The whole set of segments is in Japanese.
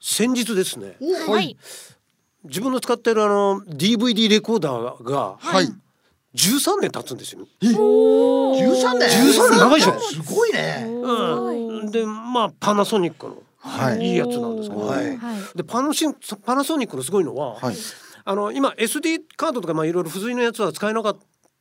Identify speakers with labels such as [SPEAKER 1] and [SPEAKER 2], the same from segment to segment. [SPEAKER 1] 先日ですね
[SPEAKER 2] はい。
[SPEAKER 1] 自分の使ってるあの DVD レコーダーが
[SPEAKER 2] はい。
[SPEAKER 1] 13年経つんですよ、
[SPEAKER 2] 十三年。
[SPEAKER 1] 13年長いでしょ
[SPEAKER 2] すごいね。
[SPEAKER 1] うん、でまあパナソニックの
[SPEAKER 2] はい。
[SPEAKER 1] いいやつなんですけど、
[SPEAKER 2] はい
[SPEAKER 1] でパナシンパナソニックのすごいのは、
[SPEAKER 2] はい。
[SPEAKER 1] あの今 SD カードとかまあいろいろ付随のやつは使えなかっ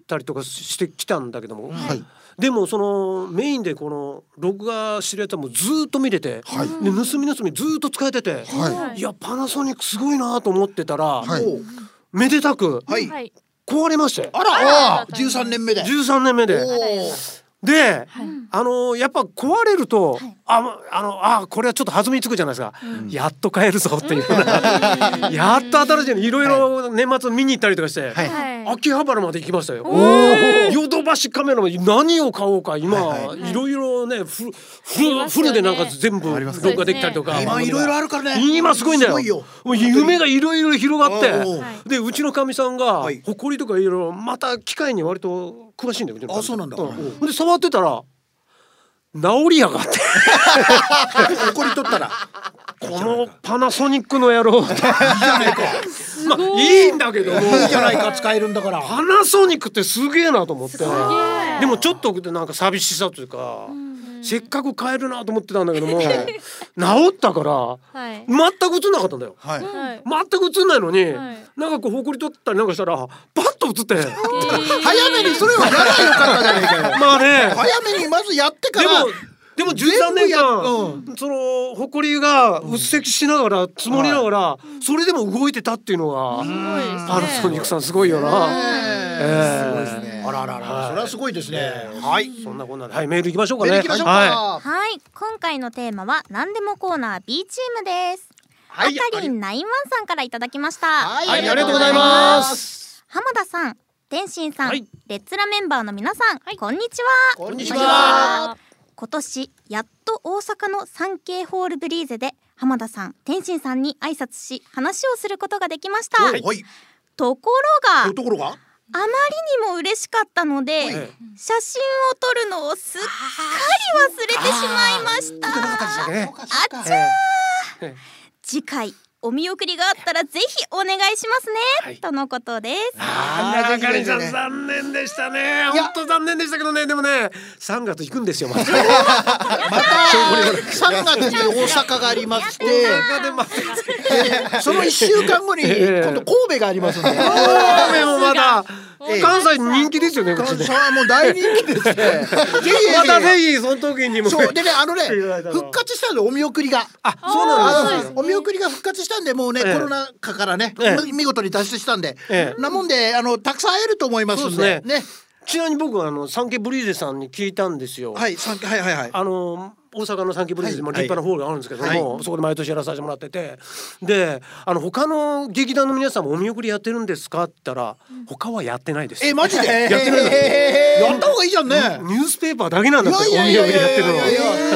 [SPEAKER 1] たりとかしてきたんだけども、
[SPEAKER 2] はい。
[SPEAKER 1] でもそのメインでこの録画してるやつはもうずーっと見れて、
[SPEAKER 2] はい
[SPEAKER 1] で盗み盗みずーっと使えてて、、
[SPEAKER 2] はい
[SPEAKER 1] やパナソニックすごいなと思ってたら、
[SPEAKER 2] はい。
[SPEAKER 1] めでたく
[SPEAKER 2] はい。
[SPEAKER 3] はい。
[SPEAKER 1] 壊れまして
[SPEAKER 2] あら、ああ、十三年目で。
[SPEAKER 1] 13年目
[SPEAKER 2] お
[SPEAKER 1] で。
[SPEAKER 2] お。
[SPEAKER 1] で、あのーやっぱ壊れると、あまあのあこれはちょっと弾みつくじゃないですか、やっと買えるぞっていう、 やっと新しいのいろいろ年末見に行ったりとかして、
[SPEAKER 2] はい。
[SPEAKER 3] はい。
[SPEAKER 1] 秋葉原まで行きましたよ。ヨドバシカメラも何を買おうか今、
[SPEAKER 2] はい
[SPEAKER 1] いろいろねフルフ
[SPEAKER 3] あり
[SPEAKER 1] ル
[SPEAKER 3] ます
[SPEAKER 1] フ
[SPEAKER 3] よね
[SPEAKER 1] ルでなんか全部
[SPEAKER 2] あります
[SPEAKER 1] 録画できたりとか。
[SPEAKER 2] 今いろいろあるからね。
[SPEAKER 1] 今すごいんだよ。もう夢がいろいろ広がっ
[SPEAKER 2] おうおう
[SPEAKER 3] は
[SPEAKER 1] て、でうちのかみさんが
[SPEAKER 2] はい
[SPEAKER 1] 埃とかいろいろまた機械に割と詳しいんだよ。ちのかみさ
[SPEAKER 2] あそうなんだ
[SPEAKER 1] で触ってたら治りやがって
[SPEAKER 2] 怒り取ったら。
[SPEAKER 1] このパナソニックの野郎。い いじゃないか。 まあいいんだけども。
[SPEAKER 2] いいじゃないか、使えるんだか ら。
[SPEAKER 1] パナソニックってすげえなと思って。
[SPEAKER 3] え
[SPEAKER 1] でもちょっとなんか寂しさというか、せっかく買えるなと思ってたんだけども、治ったから
[SPEAKER 3] はい。
[SPEAKER 1] 全く映んなかったんだよ。
[SPEAKER 2] はい。
[SPEAKER 3] はい。
[SPEAKER 1] 全く映んないのに、
[SPEAKER 3] はい
[SPEAKER 1] なんかこうほこり取ったりなんかしたらパッと映って、
[SPEAKER 2] 早めにそれはやらよかったじゃないかよ。
[SPEAKER 1] まあね。
[SPEAKER 2] 早めにまずやってか
[SPEAKER 1] でも
[SPEAKER 2] ら。
[SPEAKER 1] でも13年間、
[SPEAKER 2] 全
[SPEAKER 1] そのほこりがうっせきしながら積もりながら、それでも動いてたっていうのが、パナソニックさんすごいよな。
[SPEAKER 2] すごいですね。あららら。それはすごいですね。はい。
[SPEAKER 1] そんなこんなではいメール行きましょうか
[SPEAKER 2] メ
[SPEAKER 1] ね。
[SPEAKER 2] ール行きましょう
[SPEAKER 1] は
[SPEAKER 2] か。
[SPEAKER 4] はい今回のテーマは何でもコーナー B チームです
[SPEAKER 2] は
[SPEAKER 4] あ
[SPEAKER 2] い
[SPEAKER 4] かりんナインワンさんからいただきました
[SPEAKER 2] はい
[SPEAKER 1] い、はい、ありがとうございます。
[SPEAKER 4] 浜田さん天心さん、
[SPEAKER 1] はい
[SPEAKER 4] レッツラメンバーの皆さん、こんにちは
[SPEAKER 2] こんに
[SPEAKER 1] に
[SPEAKER 2] ち
[SPEAKER 1] ち
[SPEAKER 2] は。
[SPEAKER 1] は
[SPEAKER 4] 今年やっと大阪のサンケイホールブリーゼで浜田さん天心さんに挨拶し話をすることができました、
[SPEAKER 2] はい。
[SPEAKER 4] ところがあま
[SPEAKER 2] というところが。
[SPEAKER 4] りにも嬉しかったので、
[SPEAKER 2] い
[SPEAKER 4] 写真を撮るのをすっかり忘れてしまいました
[SPEAKER 1] ね
[SPEAKER 4] あっちゃー次回お見送りがあったらぜひお願いしますね、
[SPEAKER 1] はい
[SPEAKER 4] とのことです
[SPEAKER 1] あーあかりんさん
[SPEAKER 2] ね
[SPEAKER 1] 残念でしたね。
[SPEAKER 2] いや
[SPEAKER 1] 本当残念でしたけどね。でもね、3月行くんですよ。また そ
[SPEAKER 2] また 三月に大阪がありまして、
[SPEAKER 1] れでまた
[SPEAKER 2] その一週間後に
[SPEAKER 1] ええ
[SPEAKER 2] 今度神戸があります んで。
[SPEAKER 1] 神戸もまだ
[SPEAKER 2] ええ
[SPEAKER 1] 関西人気ですよね。こっち
[SPEAKER 2] 関
[SPEAKER 1] ね
[SPEAKER 2] 西はもう大人気ですね。ぜひぜひ
[SPEAKER 1] またぜひその時にも。
[SPEAKER 2] そうでねあ のね
[SPEAKER 1] 言われたの
[SPEAKER 2] 復活したんでお見送りが。
[SPEAKER 1] あ、そうなんですよ。
[SPEAKER 2] お見送りが復活したんでもうね、
[SPEAKER 1] ええ
[SPEAKER 2] コロナ禍からね、
[SPEAKER 1] ええ
[SPEAKER 2] 見事に脱出したんで、
[SPEAKER 1] ええ
[SPEAKER 2] なもんであのたくさん会えると思いますん
[SPEAKER 1] そう
[SPEAKER 2] で
[SPEAKER 1] で
[SPEAKER 2] ね
[SPEAKER 1] すちなみに僕はあのサンケイブリーゼさんに聞いたんですよ。
[SPEAKER 2] はいさんはいはいはい
[SPEAKER 1] あの大阪のサンキブリーズにも
[SPEAKER 2] はい
[SPEAKER 1] 立派なホールがあるんですけども、
[SPEAKER 2] は
[SPEAKER 1] そこで毎年やらさせてもらっててであの他の劇団の皆さんもお見送りやってるんですかって言ったら他はやってないです
[SPEAKER 2] えマジで
[SPEAKER 1] っ
[SPEAKER 2] や
[SPEAKER 1] てないの
[SPEAKER 2] やった方がいいじゃんね、
[SPEAKER 1] ニュースペーパーだけなんだってお見送りやってるの
[SPEAKER 2] いやいやいやいやな
[SPEAKER 1] は
[SPEAKER 2] あ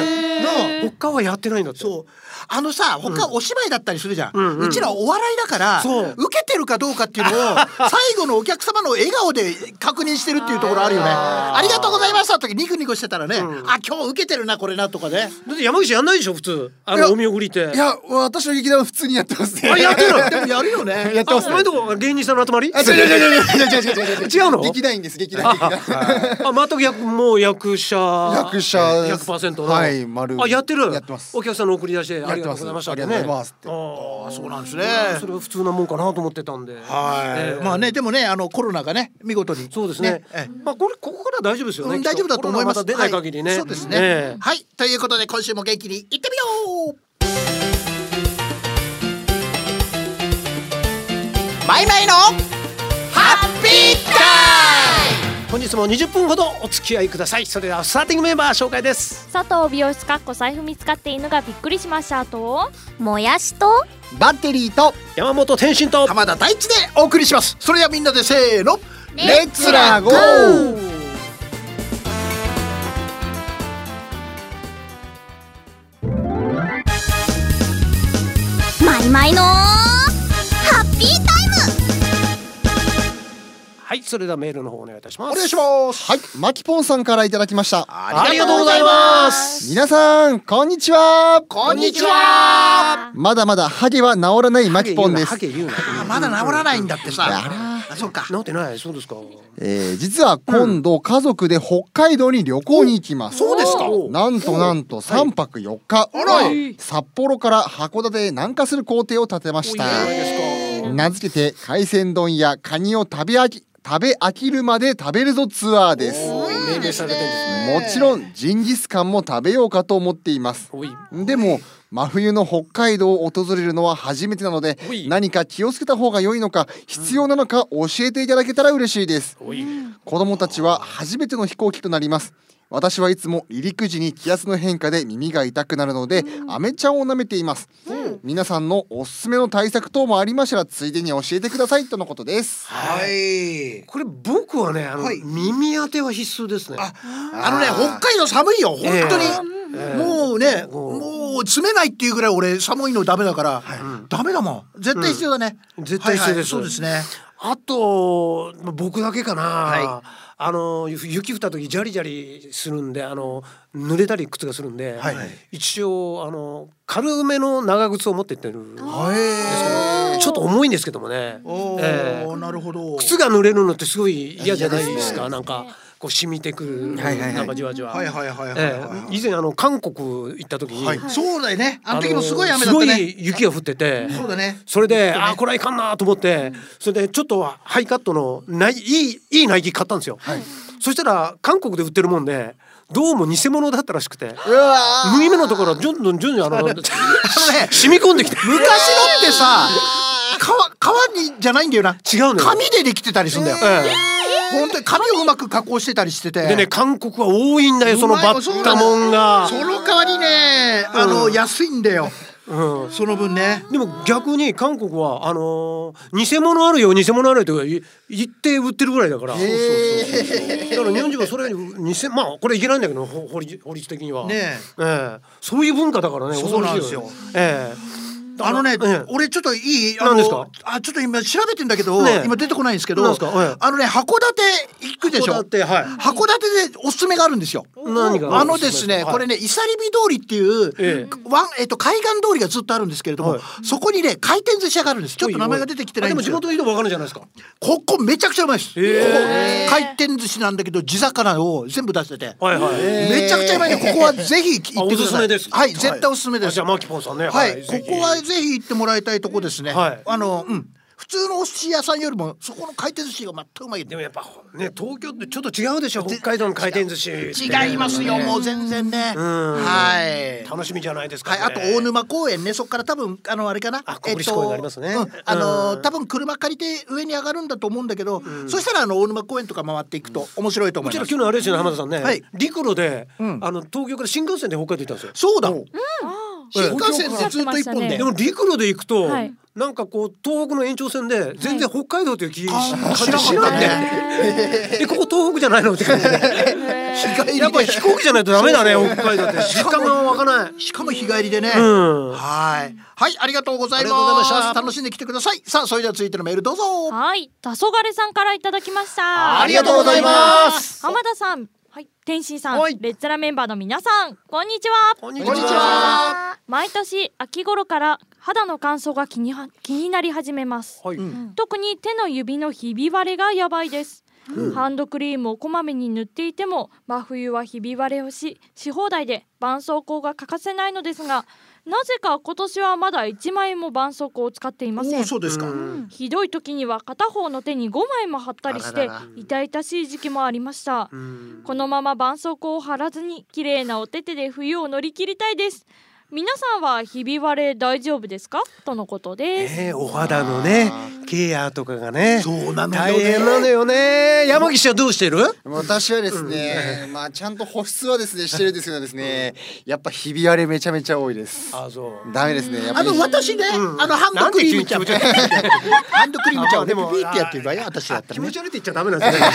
[SPEAKER 1] 他はやってないんだって
[SPEAKER 2] そうあのさ他お芝居だったりするじゃん、う
[SPEAKER 1] うんうん
[SPEAKER 2] ちらお笑いだから
[SPEAKER 1] そう
[SPEAKER 2] 受けてるかどうかっていうのを 最後のお客様の笑顔で確認してるっていうところあるよねありがとうございましたの時ニクニクしてたらね、あ今日受けてるなこれなとかね
[SPEAKER 1] だって山口やんないでしょ普通あ
[SPEAKER 5] いや
[SPEAKER 1] のお見送りって
[SPEAKER 5] いや、私の劇団は普通にやってますね。
[SPEAKER 1] あやってるの
[SPEAKER 2] でもやるよね
[SPEAKER 5] やって
[SPEAKER 1] あ
[SPEAKER 5] ます
[SPEAKER 1] お前
[SPEAKER 5] ね。
[SPEAKER 1] とこ芸人さんの集まり
[SPEAKER 5] あ、違う違う違う違う違う違う 違う違う。
[SPEAKER 1] 違うの
[SPEAKER 5] 劇団員です、劇団員。劇団員
[SPEAKER 1] あ全く役もう役者
[SPEAKER 5] 役者です
[SPEAKER 1] 100%の
[SPEAKER 5] はい丸
[SPEAKER 1] あやってる
[SPEAKER 5] やってます
[SPEAKER 1] お客さんの送り出しあ
[SPEAKER 5] やっ
[SPEAKER 1] り
[SPEAKER 5] て
[SPEAKER 1] がとう
[SPEAKER 5] ま
[SPEAKER 1] ご
[SPEAKER 5] す。
[SPEAKER 1] ざいました
[SPEAKER 5] ありがとうございますって。
[SPEAKER 1] ああ
[SPEAKER 2] そ
[SPEAKER 1] そうう
[SPEAKER 2] な
[SPEAKER 1] なんん
[SPEAKER 2] で
[SPEAKER 1] ですす
[SPEAKER 2] ね
[SPEAKER 1] ねそれは普通なもんかなと思ってたんで
[SPEAKER 2] は
[SPEAKER 1] え
[SPEAKER 2] い、
[SPEAKER 1] え
[SPEAKER 2] まあねでもねあのコロナがね見事に
[SPEAKER 1] そうですね
[SPEAKER 2] ええ
[SPEAKER 1] まあこれここから大丈夫ですよね
[SPEAKER 2] う
[SPEAKER 1] きっ
[SPEAKER 2] ん
[SPEAKER 1] と
[SPEAKER 2] 大丈夫だと思います
[SPEAKER 1] コロナ出ない限りね
[SPEAKER 2] はいそうですね、
[SPEAKER 1] ええ
[SPEAKER 2] はいということで今週も元気にいってみようマイマイのハッピータ
[SPEAKER 1] 本日も20分ほどお付き合いくださいそれではスターティングメンバー紹介です
[SPEAKER 3] 佐藤美容室かっこ財布見つかって犬がびっくりしましたと。
[SPEAKER 4] もやしと
[SPEAKER 5] バッテリーと
[SPEAKER 1] 山本天心と
[SPEAKER 2] イム浜田大地でお送りしますそれではみんなでせーの
[SPEAKER 5] レッツラゴー
[SPEAKER 4] マイマイのハッピータイム
[SPEAKER 1] はいそれではメールの方お願いいたします
[SPEAKER 2] お願いします
[SPEAKER 5] はい、マキポンさんからいただきました。
[SPEAKER 1] ありがとうございます
[SPEAKER 5] 皆さん、こんにちは。
[SPEAKER 2] こんにちは
[SPEAKER 5] まだまだハゲは治らないマキポンです
[SPEAKER 1] ハゲ言うなハゲ言うな
[SPEAKER 2] あまだ治らないんだってさ
[SPEAKER 5] あ
[SPEAKER 2] あそうか
[SPEAKER 1] 治ってないそうですか
[SPEAKER 5] えー、実は今度家族で北海道に旅行に行きます、
[SPEAKER 2] そうですか
[SPEAKER 5] なんとなんと3泊4日、
[SPEAKER 2] ら
[SPEAKER 5] 札幌から函館へ南下する工程を立てました名付けて海鮮丼やカニを食べ飽き食べ飽きるまで食べるぞツアーですも
[SPEAKER 1] おー命名されてんですね
[SPEAKER 5] ちろんジンギスカンも食べようかと思っています
[SPEAKER 1] おい
[SPEAKER 5] でも真冬の北海道を訪れるのは初めてなので
[SPEAKER 1] おい
[SPEAKER 5] 何か気をつけた方が良いのか必要なのか教えていただけたら嬉しいです
[SPEAKER 1] おい
[SPEAKER 5] 子供たちは初めての飛行機となります私はいつも離陸時に気圧の変化で耳が痛くなるので、アメちゃんを舐めています、皆さんのおすすめの対策等もありましたらついでに教えてくださいとのことです
[SPEAKER 2] はい
[SPEAKER 1] これ僕はねあの、
[SPEAKER 2] はい
[SPEAKER 1] 耳当ては必須ですね
[SPEAKER 2] ああのね北海道寒いよ本当に、
[SPEAKER 1] ええ
[SPEAKER 2] もうね、
[SPEAKER 1] うん
[SPEAKER 2] もう詰めないっていうぐらい俺寒いのダメだから、ダメだもん絶対必要だね、
[SPEAKER 1] うん絶対必要です
[SPEAKER 2] はいはいそうですね
[SPEAKER 1] あとまあ僕だけかな、
[SPEAKER 2] は
[SPEAKER 1] あのゆ雪降った時ジャリジャリするんであの濡れたり靴がするんで、
[SPEAKER 2] はいはい
[SPEAKER 1] 一応あの軽めの長靴を持ってってるんですけど
[SPEAKER 2] はい
[SPEAKER 1] ちょっと重いんですけどもね、
[SPEAKER 2] おお、
[SPEAKER 1] ええ
[SPEAKER 2] なるほど
[SPEAKER 1] 靴が濡れるのってすごい嫌じゃないです
[SPEAKER 2] 嫌
[SPEAKER 1] かなんかこう染みてくる、
[SPEAKER 5] はいはいはい
[SPEAKER 1] なんかじわじわ。
[SPEAKER 2] はいはいはいはいはい
[SPEAKER 1] ええ以前あの韓国行った時に、
[SPEAKER 2] はい、そうだよねあの時
[SPEAKER 1] の
[SPEAKER 2] もすごい雨
[SPEAKER 1] す
[SPEAKER 2] だった
[SPEAKER 1] ご
[SPEAKER 2] ね
[SPEAKER 1] い雪が降ってて、
[SPEAKER 2] そうだね
[SPEAKER 1] それで、あーこれはいかんなと思って、それでちょっとハイカットのないいいいいナイキ買ったんですよ、そしたら韓国で売ってるもんでどうも偽物だったらしくて
[SPEAKER 5] うわ
[SPEAKER 1] 縫い目のところどんどんどんど んあの
[SPEAKER 2] ね
[SPEAKER 1] 染み込んできて
[SPEAKER 2] 昔のってさ皮皮にじゃないんだよな
[SPEAKER 1] 違うのよ
[SPEAKER 2] 紙でできてたりするんだよ、
[SPEAKER 1] え
[SPEAKER 2] 本当に紙をうまく加工してたりしてて
[SPEAKER 1] えでね韓国は多いんだよそのバッタモンが
[SPEAKER 2] その代わりねあの、安いんだよ
[SPEAKER 1] うん
[SPEAKER 2] その分ね
[SPEAKER 1] でも逆に韓国はあのー偽物あるよ偽物あるよとか言言って売ってるぐらいだから。そうそうそうだから日本人はそれより偽まあこれいけないんだけど法法律法律的には。
[SPEAKER 2] ね
[SPEAKER 1] ええそういう文化だからね。
[SPEAKER 2] そうなんですよ
[SPEAKER 1] 恐ろしいねええ
[SPEAKER 2] あのね、
[SPEAKER 1] ええ
[SPEAKER 2] 俺ちょっといいあ
[SPEAKER 1] 何です
[SPEAKER 2] の
[SPEAKER 1] か
[SPEAKER 2] あちょっと今調べてんだけど、
[SPEAKER 1] ねえ
[SPEAKER 2] 今出てこないんですけど
[SPEAKER 1] 何ですかええ
[SPEAKER 2] あのね函館行くでしょ
[SPEAKER 1] 函館はい
[SPEAKER 2] 函館でおすすめがあるんですよ
[SPEAKER 1] 何が
[SPEAKER 2] あのですね、
[SPEAKER 1] はい
[SPEAKER 2] これね、イサリビ通りっていう、
[SPEAKER 1] え
[SPEAKER 2] わんえっと、海岸通りがずっとあるんですけれども、
[SPEAKER 1] はい
[SPEAKER 2] そこにね、回転寿司屋があるんです。ちょっと名前が出てきてないんですけ
[SPEAKER 1] あ
[SPEAKER 2] ど
[SPEAKER 1] でも地元、の人もわかるんじゃないですか。
[SPEAKER 2] ここめちゃくちゃうまいです。ここ
[SPEAKER 1] へ
[SPEAKER 2] 回転寿司なんだけど、地魚を全部出してて。
[SPEAKER 1] はいはい。
[SPEAKER 2] めちゃくちゃうまいんで、ここはぜひ行ってくださ
[SPEAKER 1] あ
[SPEAKER 2] い。
[SPEAKER 1] おすすめです
[SPEAKER 2] はい、絶対おすすめです。
[SPEAKER 1] じゃあマキポンさんね。
[SPEAKER 2] はい、こ
[SPEAKER 1] ぜひ
[SPEAKER 2] こはぜひ行ってもらいたいとこですね。
[SPEAKER 1] はい
[SPEAKER 2] あの、うん、普通のお寿司屋さんよりも、そこの回転寿司がまたうまい。
[SPEAKER 1] でもやっぱね東京ってちょっと違うでしょ北海道の回転寿司ってね、
[SPEAKER 2] 違いますよ、もう全然ね。はい。
[SPEAKER 1] 楽しみじゃないですか、
[SPEAKER 2] はい、
[SPEAKER 1] ね。
[SPEAKER 2] あと大沼公園ね、そこから多分、あの、あれかな。
[SPEAKER 1] あ国立公園がありますね
[SPEAKER 2] えっとうんあのー、多分車借りて、上に上がるんだと思うんだけど、そしたら、あの、大沼公園とか回っていくと、面白いと思
[SPEAKER 1] う
[SPEAKER 2] い
[SPEAKER 1] ち
[SPEAKER 2] ま
[SPEAKER 1] ら
[SPEAKER 2] す
[SPEAKER 1] 去。年あれですよね浜田さんね、
[SPEAKER 2] はい
[SPEAKER 1] 陸路で、
[SPEAKER 2] ん
[SPEAKER 1] あの東京から新幹線で北海道行ったんですよ。
[SPEAKER 2] そうだ。新幹線で
[SPEAKER 3] 東
[SPEAKER 2] ずっ
[SPEAKER 3] 京か
[SPEAKER 2] と
[SPEAKER 3] ら
[SPEAKER 2] 一本
[SPEAKER 3] ええ
[SPEAKER 2] で
[SPEAKER 1] で。も陸路で行くと、
[SPEAKER 3] はい
[SPEAKER 1] なんかこう東北の延長線で全然北海道という気、
[SPEAKER 2] あ
[SPEAKER 1] 感じしなく て、えここ東北じゃないのって感じで、
[SPEAKER 2] 日帰り
[SPEAKER 1] やっぱ
[SPEAKER 2] で。
[SPEAKER 1] 飛行機じゃないとダメだね北海道 って実感が湧かない。
[SPEAKER 2] しかも日帰りでね。
[SPEAKER 1] ん
[SPEAKER 2] はい。はい、ありがとうござい
[SPEAKER 1] ありがとうございま
[SPEAKER 2] ま
[SPEAKER 1] し
[SPEAKER 2] す。楽しんできてください。さあ、それでは続いてのメールどうぞ。
[SPEAKER 3] はい、黄昏さんからいただきました。。
[SPEAKER 2] ありがとうございます
[SPEAKER 3] 浜田さん、はい、天心さん、
[SPEAKER 1] はい
[SPEAKER 3] レッツラメンバーの皆さん、こんにちは。
[SPEAKER 1] こんに
[SPEAKER 2] こんにちは。
[SPEAKER 3] 毎年秋頃から肌の乾燥が気には気になり始めます。
[SPEAKER 1] はい。
[SPEAKER 3] 特に手の指のひび割れがやばいです。ハンドクリームをこまめに塗っていても真冬はひび割れをしし放題で絆創膏が欠かせないのですがなぜか今年はまだ1枚も絆創膏を使っていません
[SPEAKER 2] おそうですか。
[SPEAKER 3] ひどい時には片方の手に5枚も貼ったりして痛々しい時期もありました
[SPEAKER 1] うん
[SPEAKER 3] このまま絆創膏を貼らずに綺麗なお手手で冬を乗り切りたいです皆さんはひび割れ大丈夫ですかとのことです、
[SPEAKER 1] ねえお肌のねケアとかがね
[SPEAKER 2] そうなのよね
[SPEAKER 1] 大変なのよね山岸はどうしてる
[SPEAKER 5] 私はですね、まあちゃんと保湿はですねしてるんですけどです ねやっぱひび割れめちゃめちゃ多いです
[SPEAKER 1] あそう
[SPEAKER 5] ダメですねやっぱ
[SPEAKER 2] あ
[SPEAKER 5] り
[SPEAKER 2] の私ね、あのハンドクリームちゃん、
[SPEAKER 1] なんで
[SPEAKER 2] ハンドクリームちゃんをね
[SPEAKER 1] あまあ
[SPEAKER 2] ピ
[SPEAKER 1] でも
[SPEAKER 2] ピってやってるわよ、私だった
[SPEAKER 1] 気持
[SPEAKER 2] らね。
[SPEAKER 1] ち悪いって言っちゃダメなん ですね。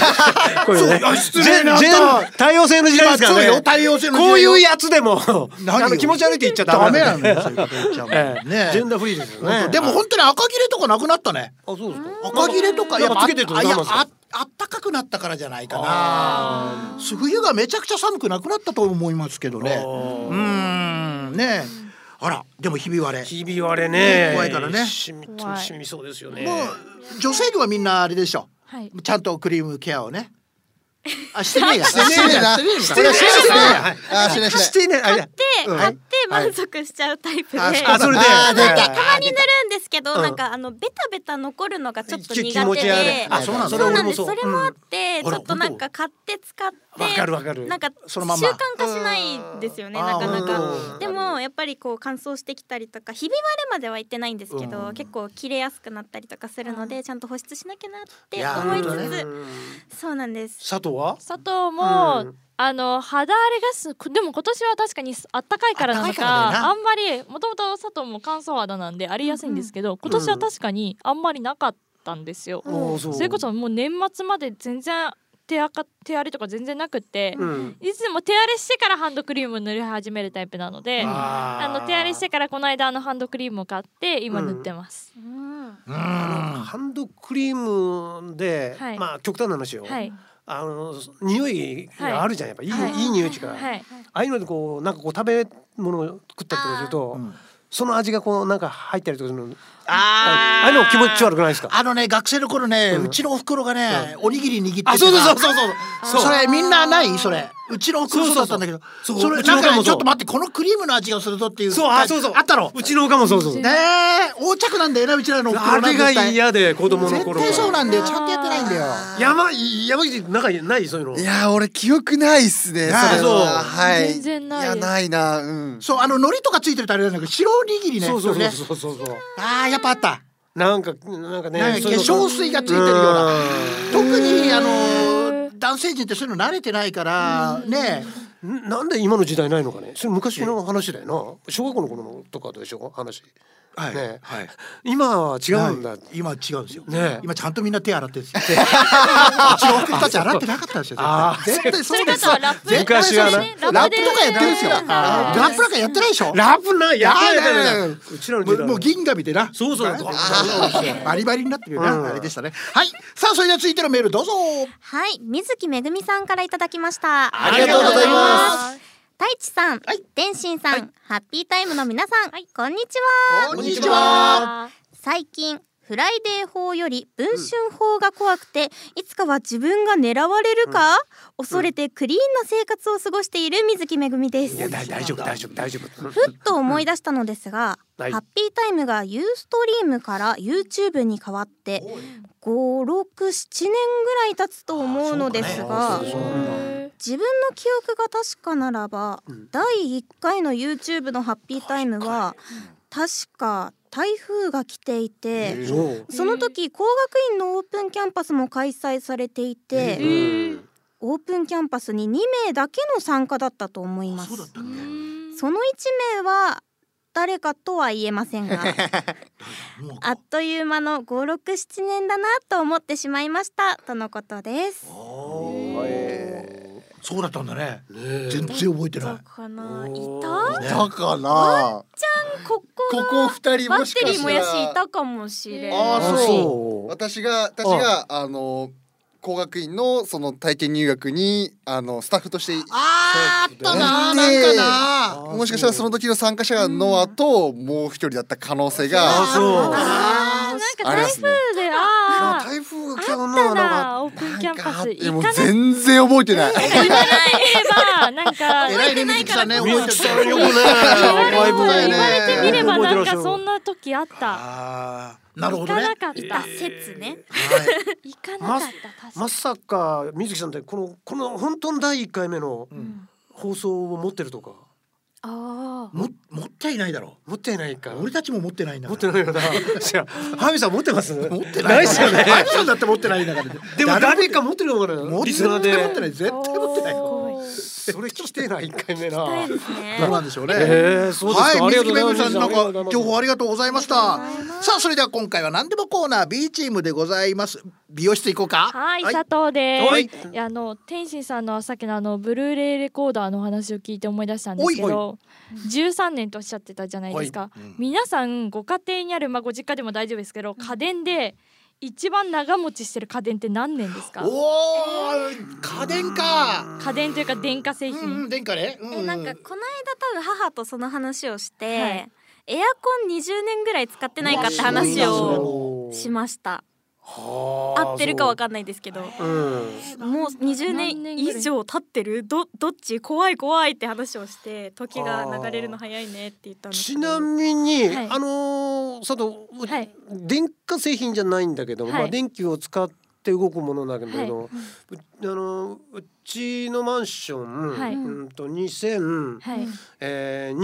[SPEAKER 1] これね
[SPEAKER 2] そうあ失礼な
[SPEAKER 1] 全全多様性の時代ですから
[SPEAKER 2] まあそうよ
[SPEAKER 1] ね。
[SPEAKER 2] 多様性の時代よ
[SPEAKER 1] こういうやつでも、
[SPEAKER 2] 何よ
[SPEAKER 1] あの気持ち悪いって言っちゃ
[SPEAKER 2] ダ
[SPEAKER 1] ダ
[SPEAKER 2] メ
[SPEAKER 1] メ
[SPEAKER 2] なのよ、そう
[SPEAKER 1] ね。
[SPEAKER 2] いうこと言っちゃうもん
[SPEAKER 1] ええ
[SPEAKER 2] ね
[SPEAKER 1] ジェンダーフリーですよね。
[SPEAKER 2] でも本当に赤切れとかなくなったね。
[SPEAKER 1] あそうですか。
[SPEAKER 2] 赤切れとか、
[SPEAKER 1] なん
[SPEAKER 2] ぱ
[SPEAKER 1] かつけてるとダ
[SPEAKER 2] あい
[SPEAKER 1] メ
[SPEAKER 2] や
[SPEAKER 1] なんです
[SPEAKER 2] あ
[SPEAKER 1] か。
[SPEAKER 2] あったかくなったからじゃないかな。冬がめちゃくちゃ寒くなくなったと思いますけどね。うーん、ねえ。あらでもひび割れ
[SPEAKER 1] ひび割れね。
[SPEAKER 2] 怖いからね
[SPEAKER 1] しみ
[SPEAKER 3] 怖い
[SPEAKER 1] しみそうですよね。
[SPEAKER 2] もう女性部はみんなあれでしょ
[SPEAKER 3] はい。
[SPEAKER 2] ちゃんとクリームケアをねあしてね えや
[SPEAKER 5] してねえな
[SPEAKER 2] してねえ
[SPEAKER 5] してねえな
[SPEAKER 2] はい
[SPEAKER 5] あーしないしない
[SPEAKER 1] してね。あいや
[SPEAKER 4] で、
[SPEAKER 1] うん
[SPEAKER 4] 買って満足しちゃうタイプで、
[SPEAKER 2] はいあ
[SPEAKER 1] あそれで。
[SPEAKER 2] あー出た
[SPEAKER 1] はい
[SPEAKER 4] たまに塗るんですけど、
[SPEAKER 1] うん
[SPEAKER 4] なんかあのベタベタ残るのがちょっと苦手で
[SPEAKER 1] 気持ち悪いあ
[SPEAKER 2] そうなんだ
[SPEAKER 4] そうなんです
[SPEAKER 1] そ
[SPEAKER 4] そ
[SPEAKER 1] れ
[SPEAKER 4] れ
[SPEAKER 1] 俺もそう
[SPEAKER 4] もあって、
[SPEAKER 1] うん
[SPEAKER 4] ちょっとなんか買って使って
[SPEAKER 1] わかるわかる
[SPEAKER 4] なんか習
[SPEAKER 2] その
[SPEAKER 4] 慣
[SPEAKER 2] ま
[SPEAKER 4] 化
[SPEAKER 2] ん
[SPEAKER 4] し
[SPEAKER 2] ま
[SPEAKER 4] ないですよね
[SPEAKER 2] うん
[SPEAKER 4] なかな
[SPEAKER 1] うん
[SPEAKER 4] かでもやっぱりこう乾燥してきたりとかひび割れまではいってないんですけど、
[SPEAKER 2] うん
[SPEAKER 4] 結構切れやすくなったりとかするのでちゃんと保湿しなきゃなっ
[SPEAKER 2] い
[SPEAKER 4] て
[SPEAKER 2] や
[SPEAKER 4] 思いつ
[SPEAKER 2] 本当
[SPEAKER 4] つ、
[SPEAKER 2] ね
[SPEAKER 4] そうなんです
[SPEAKER 1] 佐藤は？
[SPEAKER 3] 佐藤も、
[SPEAKER 1] うん
[SPEAKER 3] あの肌荒れがすこでも今年は確かにあったかいからな
[SPEAKER 2] あ
[SPEAKER 3] の
[SPEAKER 2] った
[SPEAKER 3] か
[SPEAKER 2] かいからだよな
[SPEAKER 3] あんまりもともと佐藤も乾燥肌なんでありやすいんですけど、今年は確かにあんまりなかったんですよ。
[SPEAKER 1] おーそう
[SPEAKER 3] それこそもう年末まで全然手あか手荒れとか全然なくって、
[SPEAKER 1] うん。
[SPEAKER 3] いつも手荒れしてからハンドクリームを塗り始めるタイプなので。あ
[SPEAKER 1] あー
[SPEAKER 3] の手荒れしてからこの間あのハンドクリームを買って今塗ってます、
[SPEAKER 1] ハンドクリームで、
[SPEAKER 3] はい
[SPEAKER 1] まあ極端な話よ。
[SPEAKER 3] はい
[SPEAKER 1] あの匂いがあるじゃんやっぱいい、
[SPEAKER 3] はい
[SPEAKER 1] い、い匂いしか、
[SPEAKER 3] はい
[SPEAKER 1] ああいうのでこうなんかこう食べ物を食ったりとかすると、
[SPEAKER 2] うん
[SPEAKER 1] その味がこうなんか入ったりとかするの
[SPEAKER 2] あ
[SPEAKER 1] ああいうの気持ち悪くないですか
[SPEAKER 2] あのね学生の頃ね、
[SPEAKER 1] う
[SPEAKER 2] うんちのお袋がね、おにぎり握ってた
[SPEAKER 1] あそうそうそうそうそう
[SPEAKER 2] そう
[SPEAKER 1] そう
[SPEAKER 2] れみんなないそれうちのお袋そうだったんだけど
[SPEAKER 1] そ
[SPEAKER 2] そう
[SPEAKER 1] そうそうそう
[SPEAKER 2] れ
[SPEAKER 1] うちの
[SPEAKER 2] な
[SPEAKER 1] お
[SPEAKER 2] ん
[SPEAKER 1] かんも
[SPEAKER 2] かね
[SPEAKER 1] そう
[SPEAKER 2] ちょっと待ってこのクリームの味がするぞっていう
[SPEAKER 1] そうあそうそう
[SPEAKER 2] あったろ
[SPEAKER 1] うちのおかもそうそう
[SPEAKER 3] う
[SPEAKER 1] そう
[SPEAKER 3] ち
[SPEAKER 2] ねえ横着なんだよなうちらのお
[SPEAKER 1] あ
[SPEAKER 2] 袋なん
[SPEAKER 1] れ
[SPEAKER 2] て
[SPEAKER 1] が
[SPEAKER 2] 絶対
[SPEAKER 1] 嫌で子供の
[SPEAKER 2] 絶
[SPEAKER 1] 頃
[SPEAKER 2] 対そう
[SPEAKER 1] から
[SPEAKER 2] なんだよちゃんとやってないんだよ
[SPEAKER 1] 山山口なんかないそういうの
[SPEAKER 5] いやー俺記憶ないっすね。それ
[SPEAKER 1] ない
[SPEAKER 5] は
[SPEAKER 1] そう
[SPEAKER 5] はい。
[SPEAKER 3] 全然ない
[SPEAKER 5] いやないな。うん。
[SPEAKER 2] そうあの海苔とかついてるとあれなんだけど白おにぎりね
[SPEAKER 1] そうそうそう
[SPEAKER 2] れね
[SPEAKER 1] そうそうそう
[SPEAKER 2] あーやっぱあった
[SPEAKER 1] なんかなんかね
[SPEAKER 2] なんか
[SPEAKER 1] そう
[SPEAKER 2] 化
[SPEAKER 1] いうの
[SPEAKER 2] 粧水がついてるような特にあの
[SPEAKER 3] ー
[SPEAKER 2] 男性陣ってそういうの慣れてないからね
[SPEAKER 1] んなんで今の時代ないのかねそれ昔の話だよな小学校の頃のとかでしょ話
[SPEAKER 2] はい
[SPEAKER 1] ね
[SPEAKER 2] はい
[SPEAKER 1] 今は違うんだ、
[SPEAKER 2] はい今は違うんですよ
[SPEAKER 1] ね
[SPEAKER 2] 今ちゃんとみんな手洗ってるんです ようちの僕たち洗ってなかったんですよ
[SPEAKER 1] あー
[SPEAKER 2] 絶対絶対
[SPEAKER 3] そ
[SPEAKER 2] そうです
[SPEAKER 3] れだとラップ
[SPEAKER 1] 絶対昔はな
[SPEAKER 3] それね
[SPEAKER 2] ラップとかやってるんですよラ
[SPEAKER 3] ラップだった
[SPEAKER 2] ップなんかやってないでしょ
[SPEAKER 1] ラップないやったやったや
[SPEAKER 2] な
[SPEAKER 1] っ
[SPEAKER 2] いない
[SPEAKER 1] たうちらの
[SPEAKER 2] も
[SPEAKER 1] 時
[SPEAKER 2] う
[SPEAKER 1] 代
[SPEAKER 2] もう銀紙でな
[SPEAKER 1] そうそう
[SPEAKER 2] あーバリバリになってるよな、
[SPEAKER 1] うん
[SPEAKER 2] あれでしたねはいさあそれでは続いてのメールどうぞ
[SPEAKER 4] はい水木めぐみさんからいただきました
[SPEAKER 2] ありがとうございます
[SPEAKER 4] 太一さん、
[SPEAKER 2] はい
[SPEAKER 4] 天心さん、ハッピータイムの皆さん、こんにちは
[SPEAKER 2] こんにちは
[SPEAKER 4] 最近フライデー法より文春法が怖くて、いつかは自分が狙われるか、恐れてクリーンな生活を過ごしている水木めぐみです
[SPEAKER 1] いやだ大丈夫大丈夫大丈夫
[SPEAKER 4] ふっと思い出したのですが、
[SPEAKER 1] はい
[SPEAKER 4] ハッピータイムがユーストリームから YouTube に変わって567年ぐらい経つと思うのですが、自分の記憶が確かならば、
[SPEAKER 1] うん
[SPEAKER 4] 第1回の YouTube のハッピータイムは確か台風が来ていて。
[SPEAKER 1] そう
[SPEAKER 4] その時工学院のオープンキャンパスも開催されていて、
[SPEAKER 1] うん
[SPEAKER 4] オープンキャンパスに2名だけの参加だったと思います
[SPEAKER 2] そうだった
[SPEAKER 4] その1名は誰かとは言えませんが
[SPEAKER 2] もう
[SPEAKER 4] あっという間の567年だなと思ってしまいましたとのことです
[SPEAKER 2] おーそうだったんだね
[SPEAKER 1] ね
[SPEAKER 2] 全然覚えてない
[SPEAKER 4] かな
[SPEAKER 1] お
[SPEAKER 4] い
[SPEAKER 1] ー
[SPEAKER 4] た
[SPEAKER 5] だから
[SPEAKER 4] ここ
[SPEAKER 5] ここ二人
[SPEAKER 4] バ
[SPEAKER 5] も
[SPEAKER 4] ッ
[SPEAKER 5] しかした
[SPEAKER 4] テ
[SPEAKER 5] ら
[SPEAKER 4] リーもやしいたかもしれん
[SPEAKER 5] あ
[SPEAKER 1] あ
[SPEAKER 5] ーそう。
[SPEAKER 1] そう
[SPEAKER 5] 私が私があの工学院のその体験入学にあのスタッフとして
[SPEAKER 2] あーあったな
[SPEAKER 5] ね
[SPEAKER 2] なんか
[SPEAKER 5] え
[SPEAKER 2] な
[SPEAKER 1] あ
[SPEAKER 5] もしかしたらその時の参加者のあともう一人だった可能性
[SPEAKER 1] あ
[SPEAKER 5] が
[SPEAKER 1] そう
[SPEAKER 2] あ
[SPEAKER 3] なんか
[SPEAKER 5] あり
[SPEAKER 3] 台
[SPEAKER 5] ます
[SPEAKER 3] 風
[SPEAKER 5] ね。
[SPEAKER 3] であー
[SPEAKER 1] 台風が来たのな
[SPEAKER 3] ただオープンキャンパス
[SPEAKER 5] えも
[SPEAKER 3] 行
[SPEAKER 5] う
[SPEAKER 3] かなけれ
[SPEAKER 5] 全然覚えてない。
[SPEAKER 3] ばなんか
[SPEAKER 2] ー偉いね水木さんね
[SPEAKER 1] み
[SPEAKER 2] 覚
[SPEAKER 1] ゆ
[SPEAKER 2] えて
[SPEAKER 1] き
[SPEAKER 2] る
[SPEAKER 1] さんよくね
[SPEAKER 5] 怖い
[SPEAKER 3] 言
[SPEAKER 5] こと
[SPEAKER 3] わ
[SPEAKER 5] だよね
[SPEAKER 3] れてみればなん
[SPEAKER 1] 覚えてらっしゃ
[SPEAKER 3] か
[SPEAKER 1] る
[SPEAKER 3] そんな時あった
[SPEAKER 2] あーなるほ
[SPEAKER 3] 行
[SPEAKER 2] ど
[SPEAKER 3] か
[SPEAKER 2] ね
[SPEAKER 3] なかった
[SPEAKER 4] 説ね
[SPEAKER 3] 行かなかった確か
[SPEAKER 1] まさか水木さんってこのこの本当の第一回目の
[SPEAKER 2] うん
[SPEAKER 1] 放送を持ってるとか
[SPEAKER 3] あ
[SPEAKER 2] も持ってはいないだろ
[SPEAKER 1] 持ってないか
[SPEAKER 2] う俺たちも持ってないんだ
[SPEAKER 1] 持っ
[SPEAKER 2] か
[SPEAKER 1] て
[SPEAKER 2] ら
[SPEAKER 1] ないよな じゃあハミさん持ってます
[SPEAKER 2] 持
[SPEAKER 1] 持
[SPEAKER 2] って
[SPEAKER 1] な
[SPEAKER 2] ない
[SPEAKER 1] いっすよね
[SPEAKER 2] アクションだって持ってないんだから
[SPEAKER 1] でも誰か持ってるのか
[SPEAKER 2] 持
[SPEAKER 1] な
[SPEAKER 2] って
[SPEAKER 1] リスナーで
[SPEAKER 2] 持ってない絶対
[SPEAKER 3] ー
[SPEAKER 2] 持ってない
[SPEAKER 3] おー
[SPEAKER 1] それ来てない一回目な
[SPEAKER 4] そうですね
[SPEAKER 2] そうなんでしょうね。
[SPEAKER 1] えーそうですか
[SPEAKER 2] はい、
[SPEAKER 1] ありがとうござ
[SPEAKER 2] 水木め
[SPEAKER 1] い
[SPEAKER 2] ぐ
[SPEAKER 1] ます
[SPEAKER 2] みさんなん
[SPEAKER 1] ありがとうござい
[SPEAKER 2] か
[SPEAKER 1] ます
[SPEAKER 2] 情報ありがとうございました。さあそれでは今回は何でもコーナー B チームでございます。美容室行こうか。
[SPEAKER 3] はい、佐藤です。
[SPEAKER 1] はい
[SPEAKER 3] いや、あの天心さんのさっきのあのブルーレイレコーダーのお話を聞いて思い出したんですけど、13年とおっしゃってたじゃないですか。皆さんご家庭にあるまあご実家でも大丈夫ですけど、家電で一番長持ちしてる家電って何年ですか
[SPEAKER 2] おお家電か
[SPEAKER 3] 家電というか電化製
[SPEAKER 2] うんう
[SPEAKER 3] 品
[SPEAKER 2] ん電化ね、うんう
[SPEAKER 4] え
[SPEAKER 2] ん、
[SPEAKER 4] なんかこの間多分母とその話をして、
[SPEAKER 3] はい
[SPEAKER 4] エアコン20年ぐらい使ってないかって話をしました合ってるかわかんないですけど
[SPEAKER 1] んうん
[SPEAKER 4] もう20
[SPEAKER 3] 何
[SPEAKER 4] 年
[SPEAKER 3] 年ぐらい
[SPEAKER 4] 以上経ってるどどっち怖い怖いって話をして時が流れるの早いねって言ったんです
[SPEAKER 1] ち
[SPEAKER 4] け
[SPEAKER 1] な
[SPEAKER 4] ど
[SPEAKER 1] みに、
[SPEAKER 3] はい
[SPEAKER 1] あのー佐藤、
[SPEAKER 3] はい
[SPEAKER 1] 電化製品じゃないんだけど、
[SPEAKER 3] はい
[SPEAKER 1] まあ電気を使って動くものなんだけど、うあのーうちのマンション、
[SPEAKER 3] はい
[SPEAKER 1] うんと2002
[SPEAKER 3] はい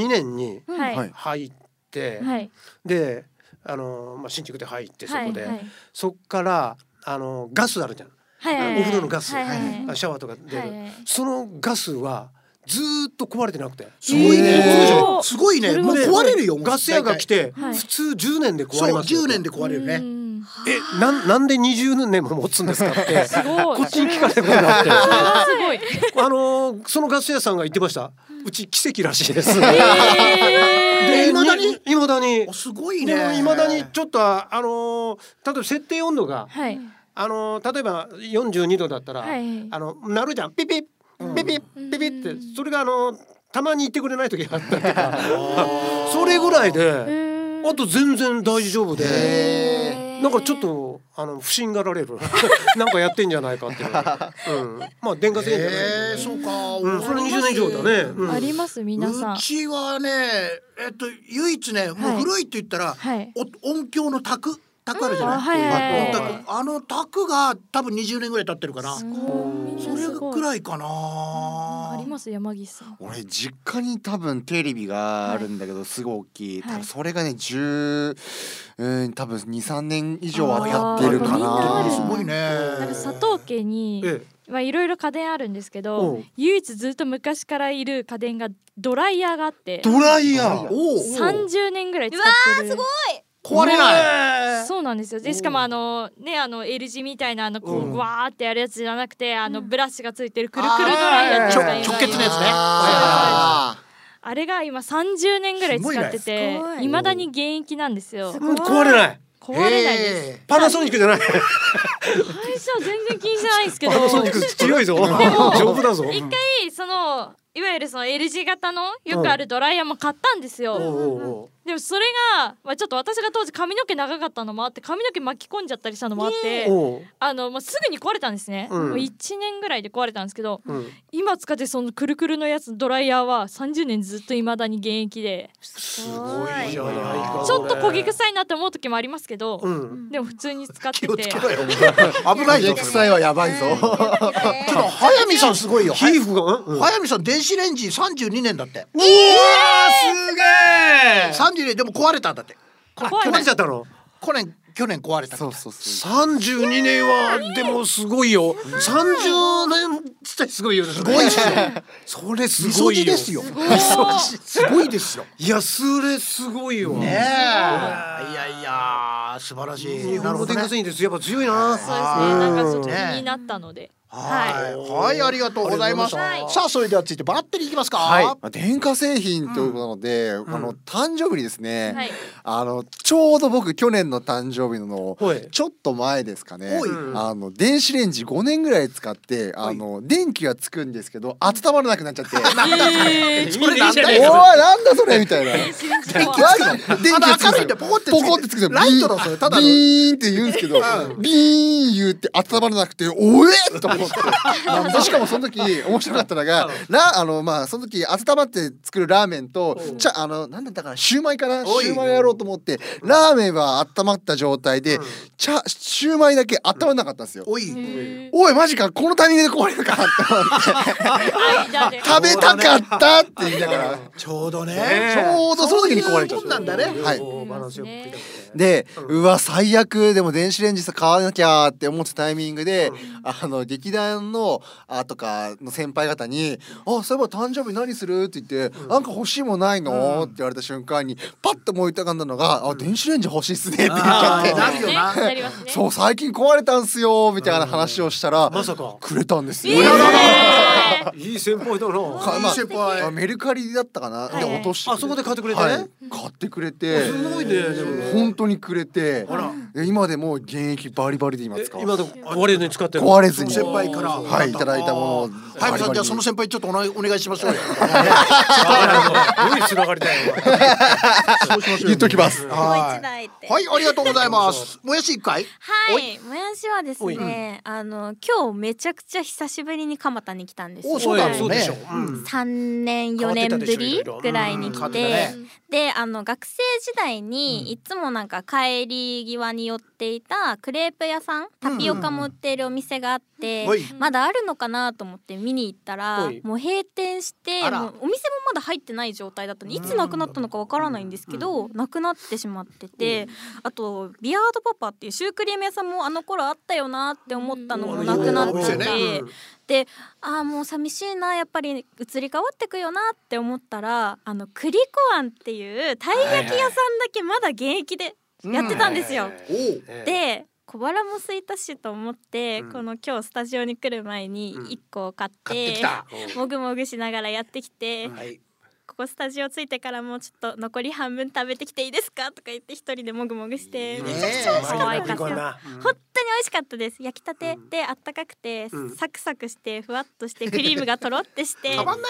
[SPEAKER 1] 年に
[SPEAKER 3] はい
[SPEAKER 5] はい
[SPEAKER 1] 入って、
[SPEAKER 3] はい
[SPEAKER 1] で、あのーまあ、新宿で入ってそこで、
[SPEAKER 3] はいはい
[SPEAKER 1] そっから、あのーガスあるじゃん、
[SPEAKER 3] はいはいは
[SPEAKER 1] お
[SPEAKER 3] い
[SPEAKER 1] 風呂のガス、
[SPEAKER 3] はいはいはい
[SPEAKER 1] あシャワーとか出る、
[SPEAKER 3] はいはい
[SPEAKER 1] そのガスはずーっと壊れてなくて。
[SPEAKER 2] すごいね、
[SPEAKER 3] えー
[SPEAKER 2] すごいね
[SPEAKER 3] それ
[SPEAKER 2] も
[SPEAKER 3] は
[SPEAKER 2] う
[SPEAKER 1] で
[SPEAKER 2] 壊れるよもう
[SPEAKER 1] ガス屋が来て、
[SPEAKER 3] はい
[SPEAKER 1] 普通10年で
[SPEAKER 2] 大
[SPEAKER 1] 壊
[SPEAKER 2] 体そ
[SPEAKER 1] れ
[SPEAKER 2] う
[SPEAKER 1] ますよ
[SPEAKER 2] 10年で壊れるね
[SPEAKER 3] ね
[SPEAKER 1] えなんなんで20年も持つんですか って
[SPEAKER 3] すごい
[SPEAKER 1] こっちに聞かれることになって
[SPEAKER 3] それはすごい
[SPEAKER 1] あのーそのガス屋さんが言ってましたうち奇跡らしいです。
[SPEAKER 3] え
[SPEAKER 1] で
[SPEAKER 2] 未だに
[SPEAKER 1] 未だに
[SPEAKER 2] あすごい
[SPEAKER 1] でも
[SPEAKER 2] ね
[SPEAKER 1] 未だにちょっとああのー例えば設定温度が
[SPEAKER 3] ー、はい
[SPEAKER 1] あのー例えば42度だったら、
[SPEAKER 3] はい
[SPEAKER 1] あのなるじゃんピピッピピッピピッってそれがあのーたまに言ってくれない時があったりとかそれぐらいであと全然大丈夫で。なんかちょっとあの不審がられる なんかやってんじゃないかっていう、うん、まあ電化製品じゃないん
[SPEAKER 2] え
[SPEAKER 1] で
[SPEAKER 2] ー、そうか、
[SPEAKER 1] うん、それ20年以上だね、うん
[SPEAKER 3] あります皆さん
[SPEAKER 2] うちはねえっと唯一ねもう古いって言ったら、
[SPEAKER 3] はい
[SPEAKER 2] お音響の卓卓あるじゃない、
[SPEAKER 3] あはいはいはい
[SPEAKER 2] 音卓あの卓が多分20年ぐらい経ってるかな、
[SPEAKER 3] うんみん
[SPEAKER 2] そ
[SPEAKER 3] な
[SPEAKER 2] れ
[SPEAKER 3] すごい
[SPEAKER 2] ぐらいかな
[SPEAKER 3] あります山岸さん
[SPEAKER 5] 俺実家に多分テレビがあるんだけどすごい大きい、
[SPEAKER 3] はい
[SPEAKER 5] 多分それがね10、うん、多分23年以上はやってるか
[SPEAKER 3] あー
[SPEAKER 5] な
[SPEAKER 2] すごいね
[SPEAKER 3] なんか佐藤家に
[SPEAKER 1] え
[SPEAKER 3] まあいろいろ家電あるんですけ
[SPEAKER 1] う
[SPEAKER 3] ど
[SPEAKER 1] ん
[SPEAKER 3] 唯一ずっと昔からいる家電がドライヤーがあって
[SPEAKER 1] ドライヤー
[SPEAKER 2] おお
[SPEAKER 3] 30年ぐらい使ってるすごい
[SPEAKER 2] 壊れない
[SPEAKER 1] ない
[SPEAKER 3] そうなんですよでしかもあのねあの L 字みたいなあのこ
[SPEAKER 1] うん
[SPEAKER 3] うわーってやるやつじゃなくてあのブラシがついてるくるくるドライヤーってい
[SPEAKER 2] あ
[SPEAKER 3] う
[SPEAKER 2] ー
[SPEAKER 3] ドライヤー
[SPEAKER 2] 直結のやつね
[SPEAKER 5] あ
[SPEAKER 3] あれが今30年ぐらい使ってて
[SPEAKER 4] すごいねすごい
[SPEAKER 3] いまだに現役なんですよ
[SPEAKER 1] うん壊れない
[SPEAKER 3] 壊れないです
[SPEAKER 2] へ
[SPEAKER 1] パナソニックじゃない
[SPEAKER 3] 会社は全然気にしてないんですけど
[SPEAKER 1] パナソニック強い ぞ丈夫だぞ
[SPEAKER 3] 一回そのいわゆるその L 字型のよくあるドライヤーも買ったんですよ、
[SPEAKER 1] おうおうおう
[SPEAKER 3] でもそれが、まあ、ちょっと私が当時髪の毛長かったのもあって髪の毛巻き込んじゃったりしたのもあって、
[SPEAKER 1] おう
[SPEAKER 3] あのもうすぐに壊れたんですね、
[SPEAKER 1] うん
[SPEAKER 3] もう1年ぐらいで壊れたんですけど
[SPEAKER 1] うん
[SPEAKER 3] 今使ってそのくるくるのやつドライヤーは30年ずっといまだに現役です
[SPEAKER 4] ごい
[SPEAKER 1] じゃないか
[SPEAKER 3] ちょっと焦げ臭いなって思う時もありますけど、
[SPEAKER 1] うん
[SPEAKER 3] でも普通に使って
[SPEAKER 2] 気をつ
[SPEAKER 3] て
[SPEAKER 2] けろよお前危ない
[SPEAKER 5] ー
[SPEAKER 2] ぞ
[SPEAKER 5] 実際はやばい
[SPEAKER 2] ちょ
[SPEAKER 5] ぞ、
[SPEAKER 2] っと早見さんすごいよ
[SPEAKER 1] 皮膚がうんうん
[SPEAKER 2] 早見さん電子レンジ32年だって
[SPEAKER 1] うわーすげえ
[SPEAKER 2] 32年でも壊れたんだって
[SPEAKER 3] 怖い
[SPEAKER 1] 壊れちゃったの
[SPEAKER 2] 去年去年壊れた
[SPEAKER 5] そうそうそう
[SPEAKER 1] 32年はでもすごいよ30年自体すごいよす
[SPEAKER 2] すごいっすよ
[SPEAKER 1] それす
[SPEAKER 2] み
[SPEAKER 1] ご
[SPEAKER 2] そ
[SPEAKER 1] いよ
[SPEAKER 2] じですよ
[SPEAKER 3] い
[SPEAKER 2] みそじすごいですよ
[SPEAKER 1] いやそれすごいよ
[SPEAKER 2] ねえいやいや素晴らしい
[SPEAKER 1] 日本の電化製品ですやっぱ強いな
[SPEAKER 3] そうですねなんかちょっと気
[SPEAKER 2] ね
[SPEAKER 3] になったので、
[SPEAKER 2] はい、はい、ありがとうございます。
[SPEAKER 3] はい
[SPEAKER 2] さあ、それでは続いてバッテリーいきますか。
[SPEAKER 5] はい、 まあ電化製品ということなので、あの誕生日にですね、
[SPEAKER 3] はい
[SPEAKER 5] あのちょうど僕去年の誕生日の
[SPEAKER 1] はい
[SPEAKER 5] ちょっと前ですかね
[SPEAKER 2] おい
[SPEAKER 5] あの電子レンジ5年ぐらい使ってあの電気がつくんですけど温まらな くなっちゃって「
[SPEAKER 1] えーこれ なんだ
[SPEAKER 5] おいなんだそれ」みたいな。
[SPEAKER 3] 電子レンジ
[SPEAKER 5] 電
[SPEAKER 3] は
[SPEAKER 5] 気 がつくの電気がつく
[SPEAKER 2] 明るいん
[SPEAKER 5] の
[SPEAKER 2] でポコってつく
[SPEAKER 5] ポコってつくの
[SPEAKER 2] ライトだそれただの
[SPEAKER 5] ビーンって言うんですけどビーン言って温まらなくておえっと思ってなんだしかもその時面白かったのがラあのまあその時温まって作るラーメンとちゃあのなんだったかなシューマイかな
[SPEAKER 2] おい
[SPEAKER 5] シューマイやろうと思ってラーメンは温まった状態でチャシューマイだけ温まらなかったんですよ
[SPEAKER 2] おい、
[SPEAKER 5] おいマジかこのタイミングで壊れるかって思って
[SPEAKER 3] 間で
[SPEAKER 5] 食べたかったって言いながら
[SPEAKER 2] ちょうどね。
[SPEAKER 1] ね
[SPEAKER 5] ちょうどその時に壊れちゃ
[SPEAKER 2] そういうもんな
[SPEAKER 5] っ
[SPEAKER 2] ん
[SPEAKER 5] た
[SPEAKER 2] だね
[SPEAKER 5] はい
[SPEAKER 1] バランスよく食いたくて
[SPEAKER 5] で、うわ最悪でも電子レンジさ買わなきゃって思ったタイミングで、あの劇団のあとかの先輩方に「あそういえば誕生日何する?」って言って「なんか欲しいもんないの?」って言われた瞬間にパッと思い浮かんだのが「あ電子レンジ欲しいっすね」って言っちゃ
[SPEAKER 2] あ
[SPEAKER 5] っ
[SPEAKER 2] ー
[SPEAKER 5] て
[SPEAKER 2] なるよ
[SPEAKER 3] ね
[SPEAKER 2] な。
[SPEAKER 3] なります
[SPEAKER 5] 「
[SPEAKER 3] ね
[SPEAKER 5] そう最近壊れたんすよ」みたいな話をしたら、
[SPEAKER 1] まさか
[SPEAKER 5] くれたんですよ。
[SPEAKER 1] いい先輩だな
[SPEAKER 5] か
[SPEAKER 2] いい先輩
[SPEAKER 5] あメルカリだったかな、
[SPEAKER 3] は
[SPEAKER 5] で
[SPEAKER 3] い
[SPEAKER 5] 落としてくれ
[SPEAKER 1] あそこで買ってくれてね
[SPEAKER 5] はい買ってくれて
[SPEAKER 1] すごいねでも
[SPEAKER 5] 本当にくれて
[SPEAKER 1] あら
[SPEAKER 5] え今でも現役バリバリで今使わ
[SPEAKER 1] 今
[SPEAKER 5] れ
[SPEAKER 1] で壊れずに使ってる
[SPEAKER 5] 壊れずに
[SPEAKER 2] 先輩から
[SPEAKER 5] はいいただいたものを
[SPEAKER 2] 早
[SPEAKER 5] バ
[SPEAKER 2] く
[SPEAKER 5] リ
[SPEAKER 2] さん
[SPEAKER 5] バリ
[SPEAKER 2] じゃあその先輩ちょっとおなお願いしましょうよ
[SPEAKER 1] どういうつながりだよお前
[SPEAKER 5] 言っときま す
[SPEAKER 4] もう
[SPEAKER 2] は
[SPEAKER 4] 一台って。
[SPEAKER 2] い、はい、ありがとうございます もやし一回
[SPEAKER 4] はい、もやしはですね、あの今日めちゃくちゃ久しぶりに蒲田に来たんですよ。
[SPEAKER 2] おそうだ
[SPEAKER 1] おい
[SPEAKER 2] ろ
[SPEAKER 1] そうう
[SPEAKER 2] ね
[SPEAKER 1] でしょうん
[SPEAKER 4] 三年
[SPEAKER 1] 変
[SPEAKER 4] 四
[SPEAKER 1] わって
[SPEAKER 4] 年
[SPEAKER 1] た
[SPEAKER 4] ぶ
[SPEAKER 1] でしょ
[SPEAKER 4] り
[SPEAKER 1] いろいろ
[SPEAKER 4] ぐらいに来、
[SPEAKER 2] 変わっててた
[SPEAKER 4] であの学生時代にいつもなんか帰り際に寄っていたクレープ屋さんタピオカも売っているお店があって、
[SPEAKER 2] はい
[SPEAKER 4] まだあるのかなと思って見に行ったら
[SPEAKER 1] はい
[SPEAKER 4] もう閉店して
[SPEAKER 2] あら
[SPEAKER 4] もうお店もまだ入ってない状態だったのでいつなくなったのかわからないんですけど、なくなってしまってて、あとビアードパパっていうシュークリーム屋さんもあの頃あったよなって思ったのもなくなっ
[SPEAKER 2] うん
[SPEAKER 4] ちゃって。
[SPEAKER 1] うん
[SPEAKER 4] でああもう寂しいなやっぱり移り変わってくよなって思ったらあの栗子庵っていうたい焼き屋さんだけまだ現役でやってたんですよ。
[SPEAKER 2] おう
[SPEAKER 1] ええ
[SPEAKER 4] で小腹も空いたしと思って、
[SPEAKER 1] うん
[SPEAKER 4] この今日スタジオに来る前に
[SPEAKER 1] うん
[SPEAKER 4] 1個を買っ
[SPEAKER 2] 買って
[SPEAKER 4] て,、
[SPEAKER 2] きた
[SPEAKER 4] もぐもぐしながらやってきて、
[SPEAKER 2] はい
[SPEAKER 4] ここスタジオ着いてからもうちょっと残り半分食べてきていいですかとか言って一人でもぐもぐして、
[SPEAKER 2] いいね
[SPEAKER 4] めちゃくちゃ美味しかったんです
[SPEAKER 1] うん。
[SPEAKER 4] よ本当に美味しかったです焼きたてであったかくて、
[SPEAKER 1] うん
[SPEAKER 4] サクサクしてふわっとしてクリームがとろってしてい や
[SPEAKER 2] た
[SPEAKER 4] たま
[SPEAKER 2] ま
[SPEAKER 4] ん
[SPEAKER 2] ん
[SPEAKER 4] な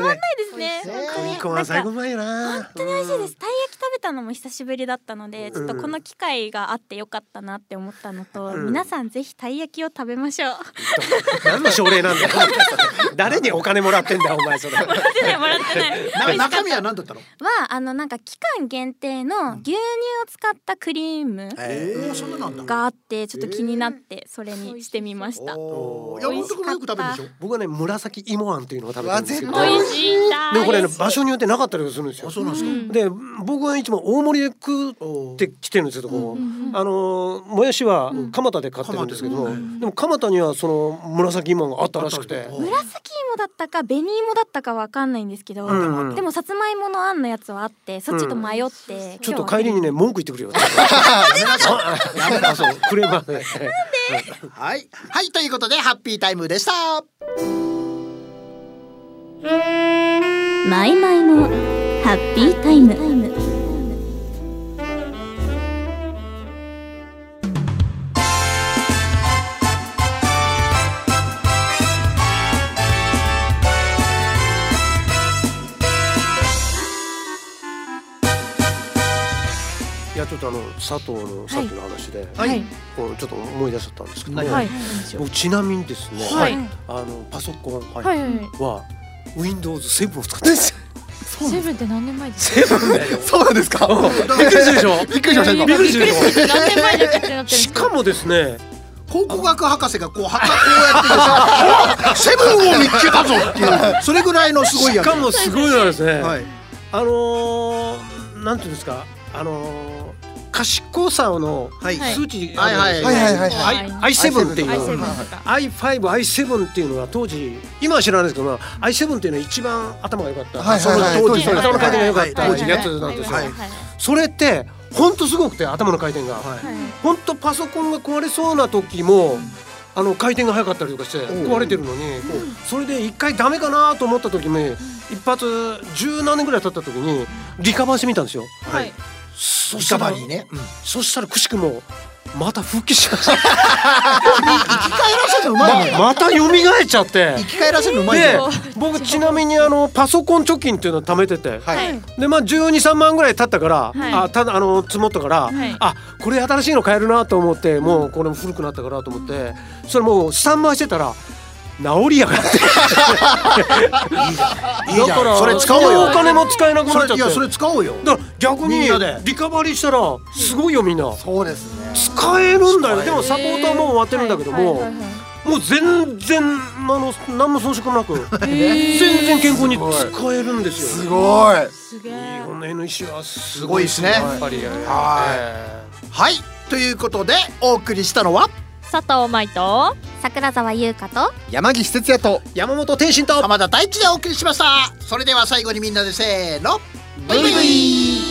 [SPEAKER 2] ないね
[SPEAKER 4] いですね
[SPEAKER 2] 美味しい
[SPEAKER 4] 本当に
[SPEAKER 1] いい子は最後
[SPEAKER 4] なんか
[SPEAKER 1] までな
[SPEAKER 4] 本当に美味しいですたい焼き食べたのも久しぶりだったので、
[SPEAKER 1] ん
[SPEAKER 4] ちょっとこの機会があってよかったなって思ったのと、
[SPEAKER 1] うん
[SPEAKER 4] 皆さんぜひたい焼きを食べましょう もら
[SPEAKER 1] 何の奨励なんだよ誰にお金もらってんだよお前それ
[SPEAKER 4] ってないもらってない
[SPEAKER 2] な中身は何だったの
[SPEAKER 4] はあのなんか期間限定の牛乳を使ったクリーム
[SPEAKER 2] ええそんななんだ
[SPEAKER 4] があってちょっと気になってそれにしてみました、
[SPEAKER 2] おー山本君もよく食べるでしょ
[SPEAKER 1] 僕はね紫芋あんっていうのを食べてるんですけど
[SPEAKER 5] うわ
[SPEAKER 1] で
[SPEAKER 5] 絶
[SPEAKER 4] 美味しいんだ
[SPEAKER 1] もこれね場所によってなかったりするんですよ
[SPEAKER 2] あそうなんですか、
[SPEAKER 1] で僕はいつも大盛りで食ってきてるんですけどこうあのーもやしは蒲田で買ってるんですけども、
[SPEAKER 2] 蒲田
[SPEAKER 1] でも蒲田にはその紫芋があったらしくて、
[SPEAKER 2] おう
[SPEAKER 4] 紫芋だったか紅芋だったかわかんないんですけど、
[SPEAKER 1] うんうん
[SPEAKER 4] でもさつまいものあんのやつはあってそっちと迷って、今日は
[SPEAKER 1] ちょっと帰りにね文句言ってくるよ。 やめなさい。クレーマーで。
[SPEAKER 2] はいはいということでハッピータイムでした
[SPEAKER 4] マイマイのハッピータイム
[SPEAKER 1] いやちょっとあの佐藤のさっきの話で、
[SPEAKER 3] はい
[SPEAKER 1] こうちょっと思い出しちゃったんですけども、
[SPEAKER 3] はい
[SPEAKER 1] 僕ちなみにですね、
[SPEAKER 3] はい
[SPEAKER 1] あのパソコンは
[SPEAKER 3] はいはい
[SPEAKER 1] Windows7 を使ってるんですよ。
[SPEAKER 3] セブンって何年前ですか
[SPEAKER 1] 7だよ。
[SPEAKER 5] そうなんですか
[SPEAKER 1] びっくりするでしょ。
[SPEAKER 5] びっくりしました今
[SPEAKER 1] びっくりするでしょ。
[SPEAKER 3] 何年前ですかってなってるんです
[SPEAKER 1] しかもですね
[SPEAKER 2] 考古学博士がこうはこうやっててセブンを見つけたぞっていうそれぐらいのすごい
[SPEAKER 1] し
[SPEAKER 2] やつ
[SPEAKER 1] かもすごいのはですね、
[SPEAKER 2] はい
[SPEAKER 1] あのー、なんていうんですかあのー、賢さの
[SPEAKER 2] はい
[SPEAKER 1] 数値
[SPEAKER 2] はい
[SPEAKER 1] あるんですよ
[SPEAKER 5] はいはいはい
[SPEAKER 3] はい
[SPEAKER 1] I- i7 っていう
[SPEAKER 3] アイセブン
[SPEAKER 1] の
[SPEAKER 3] と
[SPEAKER 1] は
[SPEAKER 3] か
[SPEAKER 1] i5、i7 っていうのは当時今は知らないですけど、まあ、i7 っていうのは一番頭が良かった、
[SPEAKER 5] はいはいはい
[SPEAKER 1] その当時、
[SPEAKER 5] はいはいは
[SPEAKER 1] 頭
[SPEAKER 5] い
[SPEAKER 1] の回転が良かった
[SPEAKER 2] はいはい
[SPEAKER 1] やつなんですよ、
[SPEAKER 2] はい
[SPEAKER 1] それって本当すごくて頭の回転が
[SPEAKER 2] はい
[SPEAKER 1] 本当、パソコンが壊れそうな時もあの回転が速かったりとかして
[SPEAKER 2] ん
[SPEAKER 1] 壊れてるのにこうそれで一回ダメかなと思った時に一発十何年ぐらい経った時にリカバーしてみたんですよ。
[SPEAKER 3] はい
[SPEAKER 1] そ
[SPEAKER 2] リ
[SPEAKER 1] した
[SPEAKER 2] カ
[SPEAKER 1] ら
[SPEAKER 2] バリーね、うん、
[SPEAKER 1] そしたらくしくもまた復帰しました
[SPEAKER 2] 生き返らせるのうまいね
[SPEAKER 1] ままた蘇っちゃって
[SPEAKER 2] 生き返らせるのうまいね
[SPEAKER 1] で僕ちなみにあのパソコン貯金っていうのを貯めてて、
[SPEAKER 5] はい
[SPEAKER 1] でまあ1 2 3万ぐらい経ったから、
[SPEAKER 3] はい
[SPEAKER 1] あただあの積もったから、
[SPEAKER 3] はい
[SPEAKER 1] あこれ新しいの買えるなと思ってもうこれも古くなったからと思ってそれもうスタンバイしてたら治りやがって
[SPEAKER 2] いいじ
[SPEAKER 1] だか
[SPEAKER 2] ゃん
[SPEAKER 1] ら
[SPEAKER 2] それ使おう
[SPEAKER 1] お
[SPEAKER 2] よ
[SPEAKER 1] 金も使えなく
[SPEAKER 2] そ
[SPEAKER 1] なっちゃ
[SPEAKER 2] れ
[SPEAKER 1] っ
[SPEAKER 2] い
[SPEAKER 1] て
[SPEAKER 2] やそれ使おうよ
[SPEAKER 1] だから逆
[SPEAKER 2] み
[SPEAKER 1] に
[SPEAKER 2] んなで
[SPEAKER 1] リカバリーしたらすごいよみんな。
[SPEAKER 5] そうですね
[SPEAKER 1] 使えるんだよ
[SPEAKER 5] 使える
[SPEAKER 1] でもサポートはもう終わってるんだけども、もう全然あの何も遜色もなく全然健康に使えるんです
[SPEAKER 5] す
[SPEAKER 1] よ。
[SPEAKER 5] ごい
[SPEAKER 3] すげ
[SPEAKER 1] 日
[SPEAKER 3] え
[SPEAKER 1] 本の NEC はす
[SPEAKER 2] ご
[SPEAKER 1] ご
[SPEAKER 2] い
[SPEAKER 1] いで
[SPEAKER 2] で
[SPEAKER 1] すす
[SPEAKER 2] ね
[SPEAKER 1] ね。やっぱり
[SPEAKER 2] ははいということでお送りしたのは
[SPEAKER 3] 佐藤舞と
[SPEAKER 4] 桜沢優香と
[SPEAKER 5] 山岸哲也と
[SPEAKER 1] 山本天心と
[SPEAKER 2] 浜田大地でお送りしましたそれでは最後にみんなでせーのブイブイ